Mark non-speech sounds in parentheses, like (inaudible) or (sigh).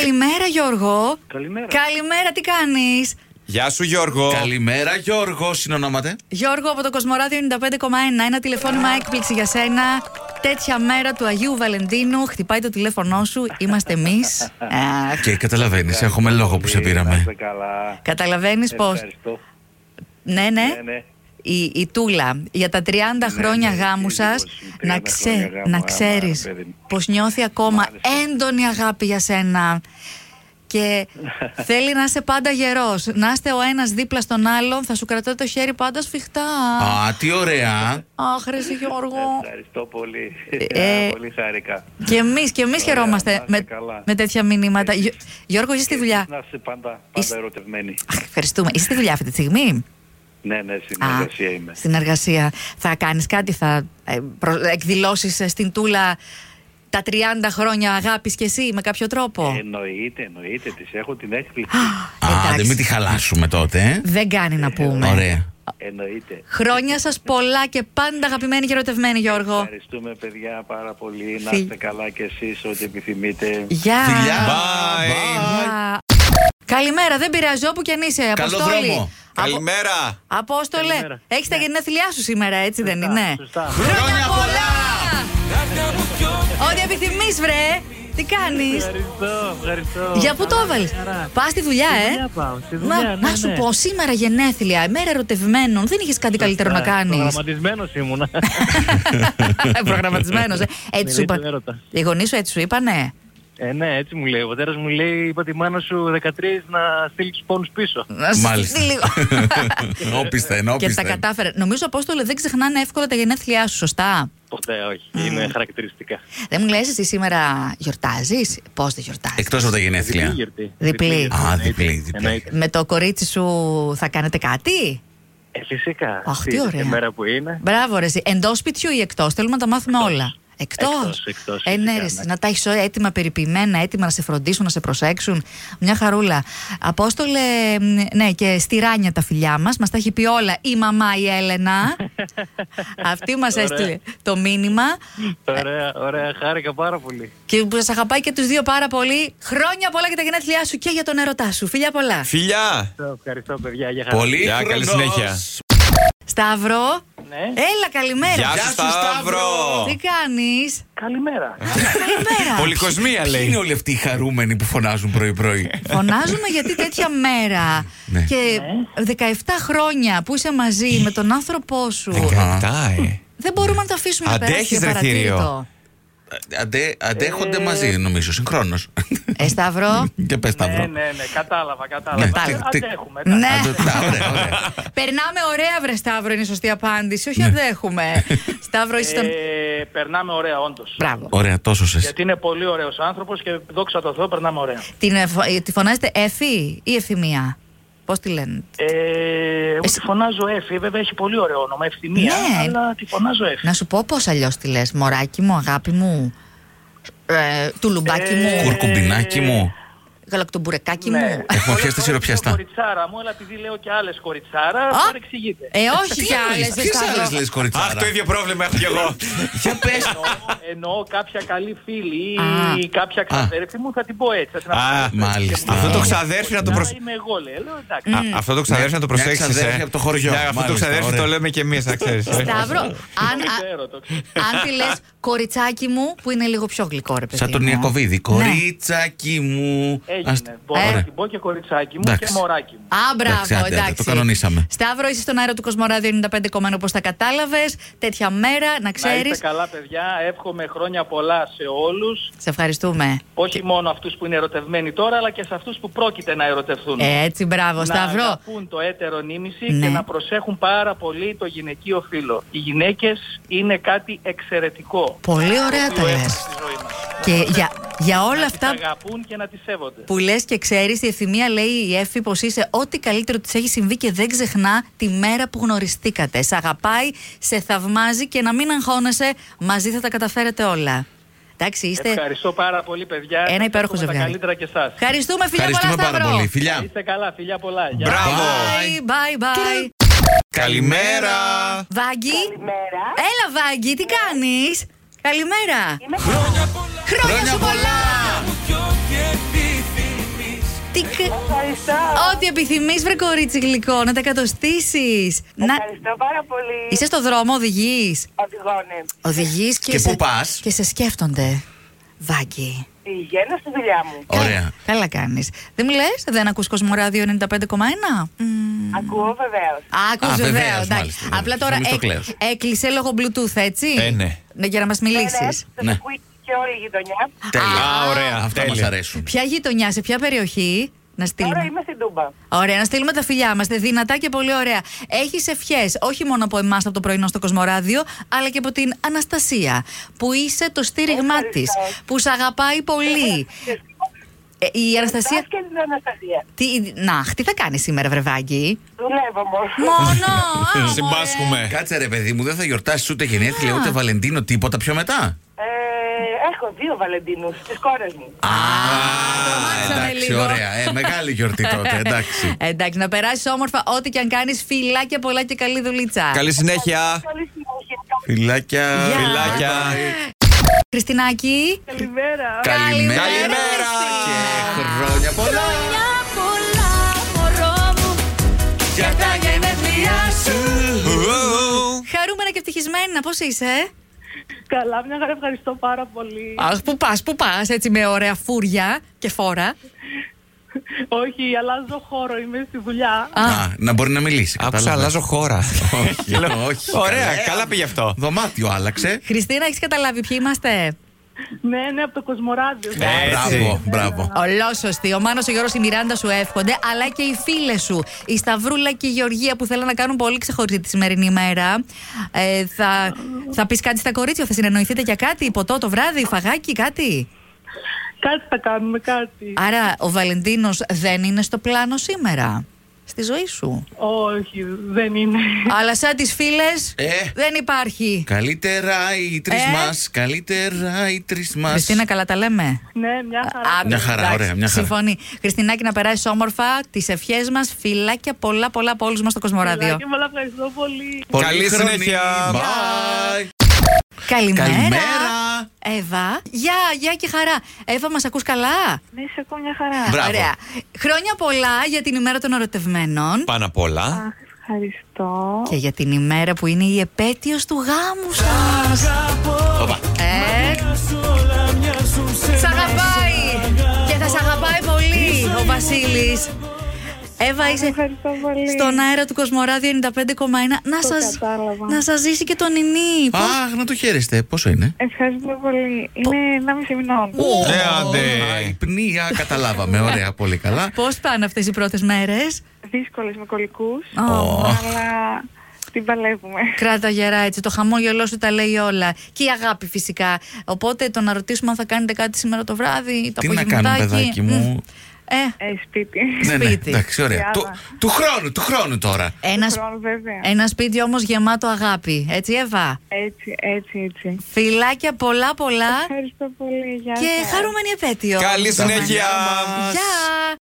Καλημέρα Γιώργο. Καλημέρα. Καλημέρα, τι κάνεις. Γεια σου Γιώργο. Καλημέρα Γιώργο, συνονόμαται. Γιώργο από το Κοσμοράδιο 95,1. Ένα τηλεφώνημα έκπληξη για σένα. Τέτοια μέρα του Αγίου Βαλεντίνου. Χτυπάει το τηλέφωνό σου. Είμαστε Ε, εμεί. Και καταλαβαίνεις, έχουμε λόγο που σε Ε, να πήραμε. είστε καλά. Καταλαβαίνεις πώ. Ε, Ευχαριστώ. Ναι, ναι. Ναι, ναι. Η, η Τούλα για τα 30 χρόνια ναι, γάμου σα, δυστυχώς, 30 να, χρόνια ξέ, γάμου, να άμα, ξέρεις παιδί μου. πως νιώθει ακόμα Μάλιστα. έντονη αγάπη για σένα. (laughs) Και θέλει να είσαι πάντα γερός. Να είστε ο ένας δίπλα στον άλλον. Θα σου κρατάει το χέρι πάντα σφιχτά. Α, τι ωραία. Αχ, ρε εσύ, Γιώργο. Ευχαριστώ πολύ. Ε, πολύ χάρηκα. Και εμείς και εμείς Ωραία, να χαιρόμαστε είστε με, καλά. με τέτοια μηνύματα. Γιω- Γιώργο, είσαι στη δουλειά. Να είσαι Ε, πάντα, Είσαι- πάντα ερωτευμένη. Αχ, ευχαριστούμε. Είσαι στη δουλειά αυτή τη στιγμή. Ναι, ναι, στην Α, εργασία είμαι. Στην εργασία. Θα κάνεις κάτι, θα ε, προ- εκδηλώσεις ε, στην Τούλα τα 30 χρόνια αγάπης και εσύ με κάποιο Ε, τρόπο. Εννοείται, εννοείται. Τη έχω την έκπληξη. Α, εντάξει. δεν μην τη χαλάσουμε τότε. ναι. ε. Δεν κάνει να πούμε. Ωραία. Εννοείται. Χρόνια σας πολλά και πάντα αγαπημένοι και ερωτευμένοι Γιώργο. Ευχαριστούμε, παιδιά, πάρα πολύ. Να Φι- είστε καλά κι εσείς, ό,τι επιθυμείτε. Γεια. Φιλιά. Bye. Γεια. Καλό. Καλημέρα, δεν πειράζει όπου και αν είσαι. Καλό Αποστόλη. δρόμο. Απο... Καλημέρα. Απόστολε, Καλημέρα. Ναι. έχεις τα γενέθλιά σου σήμερα, έτσι δεν είναι. Σωστά. Χρόνια πολλά! Ό,τι επιθυμείς βρε. Τι κάνεις. Ευχαριστώ, ευχαριστώ. Για πού το Καλά, έβαλε. χαρά. Πας στη δουλειά, Στη ε. δουλειά πάω, στη να, δουλειά, ναι, να ναι. σου πω, σήμερα γενέθλια, ημέρα ερωτευμένων. Δεν είχες κάτι καλύτερο να κάνεις. Προγραμματισμένος (laughs) ήμουνα. Προγραμματισμένος. Ε. Έτσι σου Μιλή του είπαν. έρωτα. Οι γονείς σου έτσι σου είπανε. ε, ναι, έτσι μου λέει. Ο πατέρας μου λέει: Είπα τη μάνα σου 13 να στείλει τους πόνους πίσω. Να σου Μάλιστα. (laughs) στείλει λίγο. Όπιστα, Και ενόπιστα. τα κατάφερε. Νομίζω, Απόστολε, δεν ξεχνάνε εύκολα τα γενέθλιά σου, σωστά. Ποτέ όχι. Είναι χαρακτηριστικά. Δεν μου λες, εσύ σήμερα γιορτάζεις. Πώς δεν γιορτάζεις. Εκτός από τα γενέθλια. Διπλή γιορτή. Διπλή. γιορτή, Ε, Α, εννοείται. διπλή, διπλή. Εννοείται. Με το κορίτσι σου θα κάνετε κάτι. Ε, φυσικά. Αχ, τι Αυτή ωραία. Η μέρα που είναι. Μπράβο, ρε. Εντός σπιτιού ή εκτός. Θέλουμε να τα μάθουμε όλα. Εκτός. Εκτός, εκτός, Ε, ναι, φυσικά, ρε, ναι. να τα έχεις έτοιμα, περιποιημένα, έτοιμα να σε φροντίσουν, να σε προσέξουν. Μια χαρούλα. Απόστολε, μ, ναι, και στη Ράνια τα φιλιά μας. Μας τα έχει πει όλα η μαμά η (laughs) Έλενα. Αυτή μας Ωραία. έστειλε το μήνυμα. ε. Ωραία, ωραία. Χάρηκα πάρα πολύ. Και που σας αγαπάει και τους δύο πάρα πολύ. Χρόνια πολλά για τα γενέθλιά σου και για τον έρωτά σου. Φιλιά πολλά. Φιλιά. Ευχαριστώ, Ευχαριστώ, παιδιά. Για χαρά. Πολύ Γεια, καλή χρονός. συνέχεια. Σταύρο. Ναι. Έλα, καλημέρα. Γεια Γεια σου σου, Σταύρο. Σταύρο. Τι κάνεις. Καλημέρα. καλημέρα. Πολυκοσμία Ποιοι είναι λέει. όλοι αυτοί οι χαρούμενοι που φωνάζουν πρωί-πρωί. Φωνάζουμε γιατί τέτοια μέρα Ναι. και 17 χρόνια που είσαι μαζί με τον άνθρωπό σου. Κατάει. Δεν μπορούμε να το αφήσουμε να περάσει Αντέχεις, ρε, παρατήρητο. θηρίο. Αντε- αντέχονται μαζί, νομίζω, συγχρόνως. (laughs) Ε, Σταυρό. Και πε τα Ναι, βρω. ναι, ναι. Κατάλαβα, Ναι, κατάλαβα. τι- τι- Αντέχουμε. εντάξει. ναι. Αντε- τα- ωραία, ωραία. Περνάμε ωραία, βρε Σταύρο, είναι η σωστή απάντηση. Ναι. Όχι, (laughs) αντέχουμε. Σταύρο, είσαι. τον- Ε, περνάμε ωραία, όντως. Μπράβο. Ωραία, τόσο σε. Γιατί είναι πολύ ωραίος άνθρωπος και δόξα τω Θεώ, περνάμε ωραία. Την, ε, φω- ε, τη φωνάζετε Εφη ή Ευθυμία. Πώς τη λένε. Ε, εγώ Εσύ- τη φωνάζω Εφη, βέβαια έχει πολύ ωραίο όνομα, Ευθυμία, Ναι. αλλά τη φωνάζω Εφη. Να σου πω πώς αλλιώς τη λες. Μωράκι μου, αγάπη μου. Ε, τουλουμπάκι μου. Κουρκουμπινάκι μου. Γαλακτομπουρεκάκι Ναι. μου. Έχουμε Πολλές πιάσει φορές τα χειροπιαστά. λέω Κοριτσάρα μου, αλλά επειδή λέω και άλλες κοριτσάρα, Α! παρεξηγείται. Ε, όχι για άλλε. Τι άλλε λες, κοριτσάρα. Αχ, το ίδιο πρόβλημα έχω κι (laughs) εγώ. Για (laughs) πες. Εννοώ- Εννοώ κάποια καλή φίλη Α. ή κάποια ξαδέρφη μου, θα την πω έτσι. θα την Α, αποκαλέσω. μάλιστα. Αυτό το ξα- ξαδέρφι να το Άρα προσ... είμαι εγώ, λέει. Λέω, εντάξει. Α, Αυτό το ξαδέρφι να το Μια προσέξεις ξαδέρφη ε. από το χωριό. Ναι, Αυτό το Μάλιστα, ξαδέρφι ωραία. το λέμε και εμείς να ξέρεις. ε. Σταύρο, αν, Το α- ξέρω, το ξέρω. αν τη λες κοριτσάκι μου, που είναι λίγο πιο γλυκό, ρε παιδί. Σαν τον μου. Ιακοβίδη. Ναι. Κορίτσακι μου. Ας- Έγινε. Μπορώ Ωραία. να την πω και κοριτσάκι μου και Εντάξει. μωράκι μου. Α, Εντάξει, μπράβο, άντε, άντε, εντάξει. το κανονίσαμε. Σταύρο, είσαι στον αέρα του Κοσμοράδιο 95,1 όπως τα κατάλαβες. Τέτοια μέρα, να Να ξέρει. είστε καλά, παιδιά. Εύχομαι χρόνια πολλά σε όλους. Σε ευχαριστούμε. Όχι μόνο αυτούς που είναι ερωτευμένοι τώρα, αλλά και σε αυτούς που πρόκειται να ερωτευτούν. Έτσι, μπράβο, να Σταύρο. αγαπούν το έτερο νήμιση Ε, Ναι. και να προσέχουν πάρα πολύ το γυναικείο φύλλο. Οι γυναίκες είναι κάτι εξαιρετικό. Πολύ ωραία Το τα οποίο λε. έχουμε στη ζωή μας. Και για, για όλα να αυτά τις αγαπούν και να τις σέβονται. που λες και ξέρεις, η ευθυμία λέει η Εφη πως είσαι ό,τι καλύτερο της έχει συμβεί και δεν ξεχνά τη μέρα που γνωριστήκατε. Σε αγαπάει, σε θαυμάζει και να μην αγχώνεσαι, μαζί θα τα καταφέρετε όλα. Εντάξει, είστε. Ευχαριστώ πάρα πολύ, παιδιά. Ένα Σας υπέροχο εύχομαι τα ζευγάρι. καλύτερα και εσάς. Ευχαριστούμε, φίλε Ευχαριστούμε πολλά, πάρα Σταύρο. πολύ. Φιλιά. Είστε καλά, φιλιά πολλά. Γεια. Μπράβο. Bye, bye, bye. Καλημέρα. Βάγκη. Καλημέρα. Έλα, Βάγκη, τι κάνεις. Καλημέρα. Είμαι Χρόνια σου πολλά. Yo te pido Ό,τι, ό,τι επιθυμείς, βρε κορίτσι γλυκό, να τα εκατοστήσεις. Ε, Να... Ευχαριστώ πάρα πολύ. Είσαι στο δρόμο, οδηγείς. Οδηγώνε. Οδηγείς και, Και σε... πού πας? Και σε σκέφτονται. Βάγκη. Πηγαίνω στη δουλειά μου. Ωραία. Καλά κάνεις. Δεν μου λε, δεν ακούς Κοσμοράδιο 95,1. Μμμ. Ακούω βεβαίως. Άκου Α, βεβαίως. βεβαίως, εντάξει. μάλιστα, Απλά βεβαίως. τώρα Νομίζω το έκ- κλαίος. έκλεισε λόγω Bluetooth, έτσι. Ε, ναι. Για να μας μιλήσεις. Το Ναι. ακούει και όλη η γειτονιά. Τέλεια. Α, ωραία. Αυτά Τέλεια. μας αρέσουν. Ποια γειτονιά, σε ποια περιοχή να Τώρα στείλουμε. είμαι στην Τούμπα. Ωραία, να στείλουμε τα φιλιά μας. Δυνατά και πολύ ωραία. Έχεις ευχές όχι μόνο από εμάς από το πρωινό στο Κοσμοράδιο, αλλά και από την Αναστασία, που είσαι το στήριγμά τη, Ευχαριστώ. που σε αγαπάει πολύ. Ε, η Αναστασία. Σας και την Αναστασία. Τι, να, τι θα κάνεις σήμερα, (laughs) Βρεβάγκη. Δουλεύω μόνο. Μόνο! α, μωρέ. Ε. Συμπάσχουμε. Κάτσε ρε παιδί μου, δεν θα γιορτάσεις ούτε γενέθλια ούτε Βαλεντίνο τίποτα πιο μετά. Ε, έχω δύο Βαλεντίνους στις κόρες μου. Α, τρομάξαμε εντάξει, λίγο. ωραία. Ε, μεγάλη γιορτή (laughs) τότε, εντάξει. Εντάξει, να περάσεις όμορφα ό,τι και αν κάνεις. Φιλάκια πολλά και καλή δουλίτσα. Καλή συνέχεια. Καλή συνέχεια. Φιλάκια. Γεια. Φιλάκια. Χριστινάκη. Καλημέρα. Καλημέρα. Καλημέρα. Και χρόνια πολλά πολλά, μωρό μου. για τα γενέθλιά σου. Χαρούμενα και ευτυχισμένα, πώς είσαι. Καλά, μια χαρά, ευχαριστώ πάρα πολύ. Αχ, πού πας, πού πας, έτσι με ωραία φούρια και φόρα. Όχι, αλλάζω χώρο, είμαι στη δουλειά. Α, να μπορεί να μιλήσει. Άκουσα, κατάλαβες. αλλάζω χώρα. Όχι, Λέω, όχι, Ωραία, καλά. καλά πήγε αυτό. Δωμάτιο άλλαξε. Χριστίνα, έχεις καταλάβει ποιοι είμαστε. Ναι, ναι, από το Κοσμοράδιο. Ναι. Έτσι. Ε, Μπράβο, Ναι. μπράβο. Ολόσωστη. Ο Μάνος, ο Γιώργος, η Μιράντα σου εύχονται, αλλά και οι φίλες σου. Η Σταυρούλα και η Γεωργία που θέλουν να κάνουν πολύ ξεχωριστή τη σημερινή ημέρα. Ε, θα θα πεις κάτι στα κορίτσια, θα συνεννοηθείτε για κάτι, ποτό το βράδυ, φαγάκι, κάτι. Κάτι θα κάνουμε, κάτι. Άρα ο Βαλεντίνος δεν είναι στο πλάνο σήμερα. Στη ζωή σου. Όχι, δεν είναι. Αλλά σαν τις φίλες Ε. δεν υπάρχει. Καλύτερα οι τρεις Ε. μας. Καλύτερα οι τρεις μας. Χριστίνα, καλά τα λέμε. Ναι, μια Α, χαρά. Μια χαρά, εντάξει, ωραία, μια χαρά. Συμφωνεί. Χριστινάκη, να περάσεις όμορφα τις ευχές μας. Φιλάκια πολλά, πολλά από όλους μας στο Κοσμοράδιο. Φιλάκια πολλά, ευχαριστώ πολύ. Καλή συνέχεια. Bye. Καλημέρα. Καλημέρα. Εύα. Γεια, γεια και χαρά. Εύα, μας ακούς καλά. Ναι, σε ακούω μια χαρά. Μπράβο. Ωραία. Χρόνια πολλά για την ημέρα των ερωτευμένων. Πάνω απ' όλα. Ευχαριστώ. Και για την ημέρα που είναι η επέτειος του γάμου σας. Οπα. Ε, σ' αγαπάει και θα σ' αγαπάει πολύ ο Βασίλης. Εύα, είσαι Ευχαριστώ πολύ. στον αέρα του Κοσμοράδιο 95,1 να σας, κατάλαβα. να σας ζήσει και το νινί. Πώς- Αχ, να το χαίρεστε. Πόσο είναι. Ευχαριστώ πολύ. Είναι 1,5 μηνών. Ε, άντε. Α, η Πνία, καταλάβαμε. Ωραία, πολύ καλά. Πώς πάνε αυτές οι πρώτες μέρες. Δύσκολες με κολικούς. Ω. Αλλά την παλεύουμε. Κράτα γερά έτσι, το χαμόγελό σου τα λέει όλα. Και η αγάπη φυσικά. Οπότε το να ρωτήσουμε αν θα κάνετε κάτι σήμερα το βράδυ, το Τι να κάνω, απογευματάκι. παιδάκι μου. Μμ. Ε, Ε, σπίτι. Ναι, ναι, σπίτι. εντάξει, ωραία. Διάβα. Του, του χρόνου, του χρόνου τώρα. ένα, Χρόνο, βέβαια. ένα σπίτι όμως γεμάτο αγάπη. Έτσι, Εύα. Έτσι, έτσι, έτσι. Φιλάκια πολλά πολλά Ευχαριστώ πολύ. Γεια και σας. χαρούμενη επέτειο. Καλή συνέχεια. Γεια.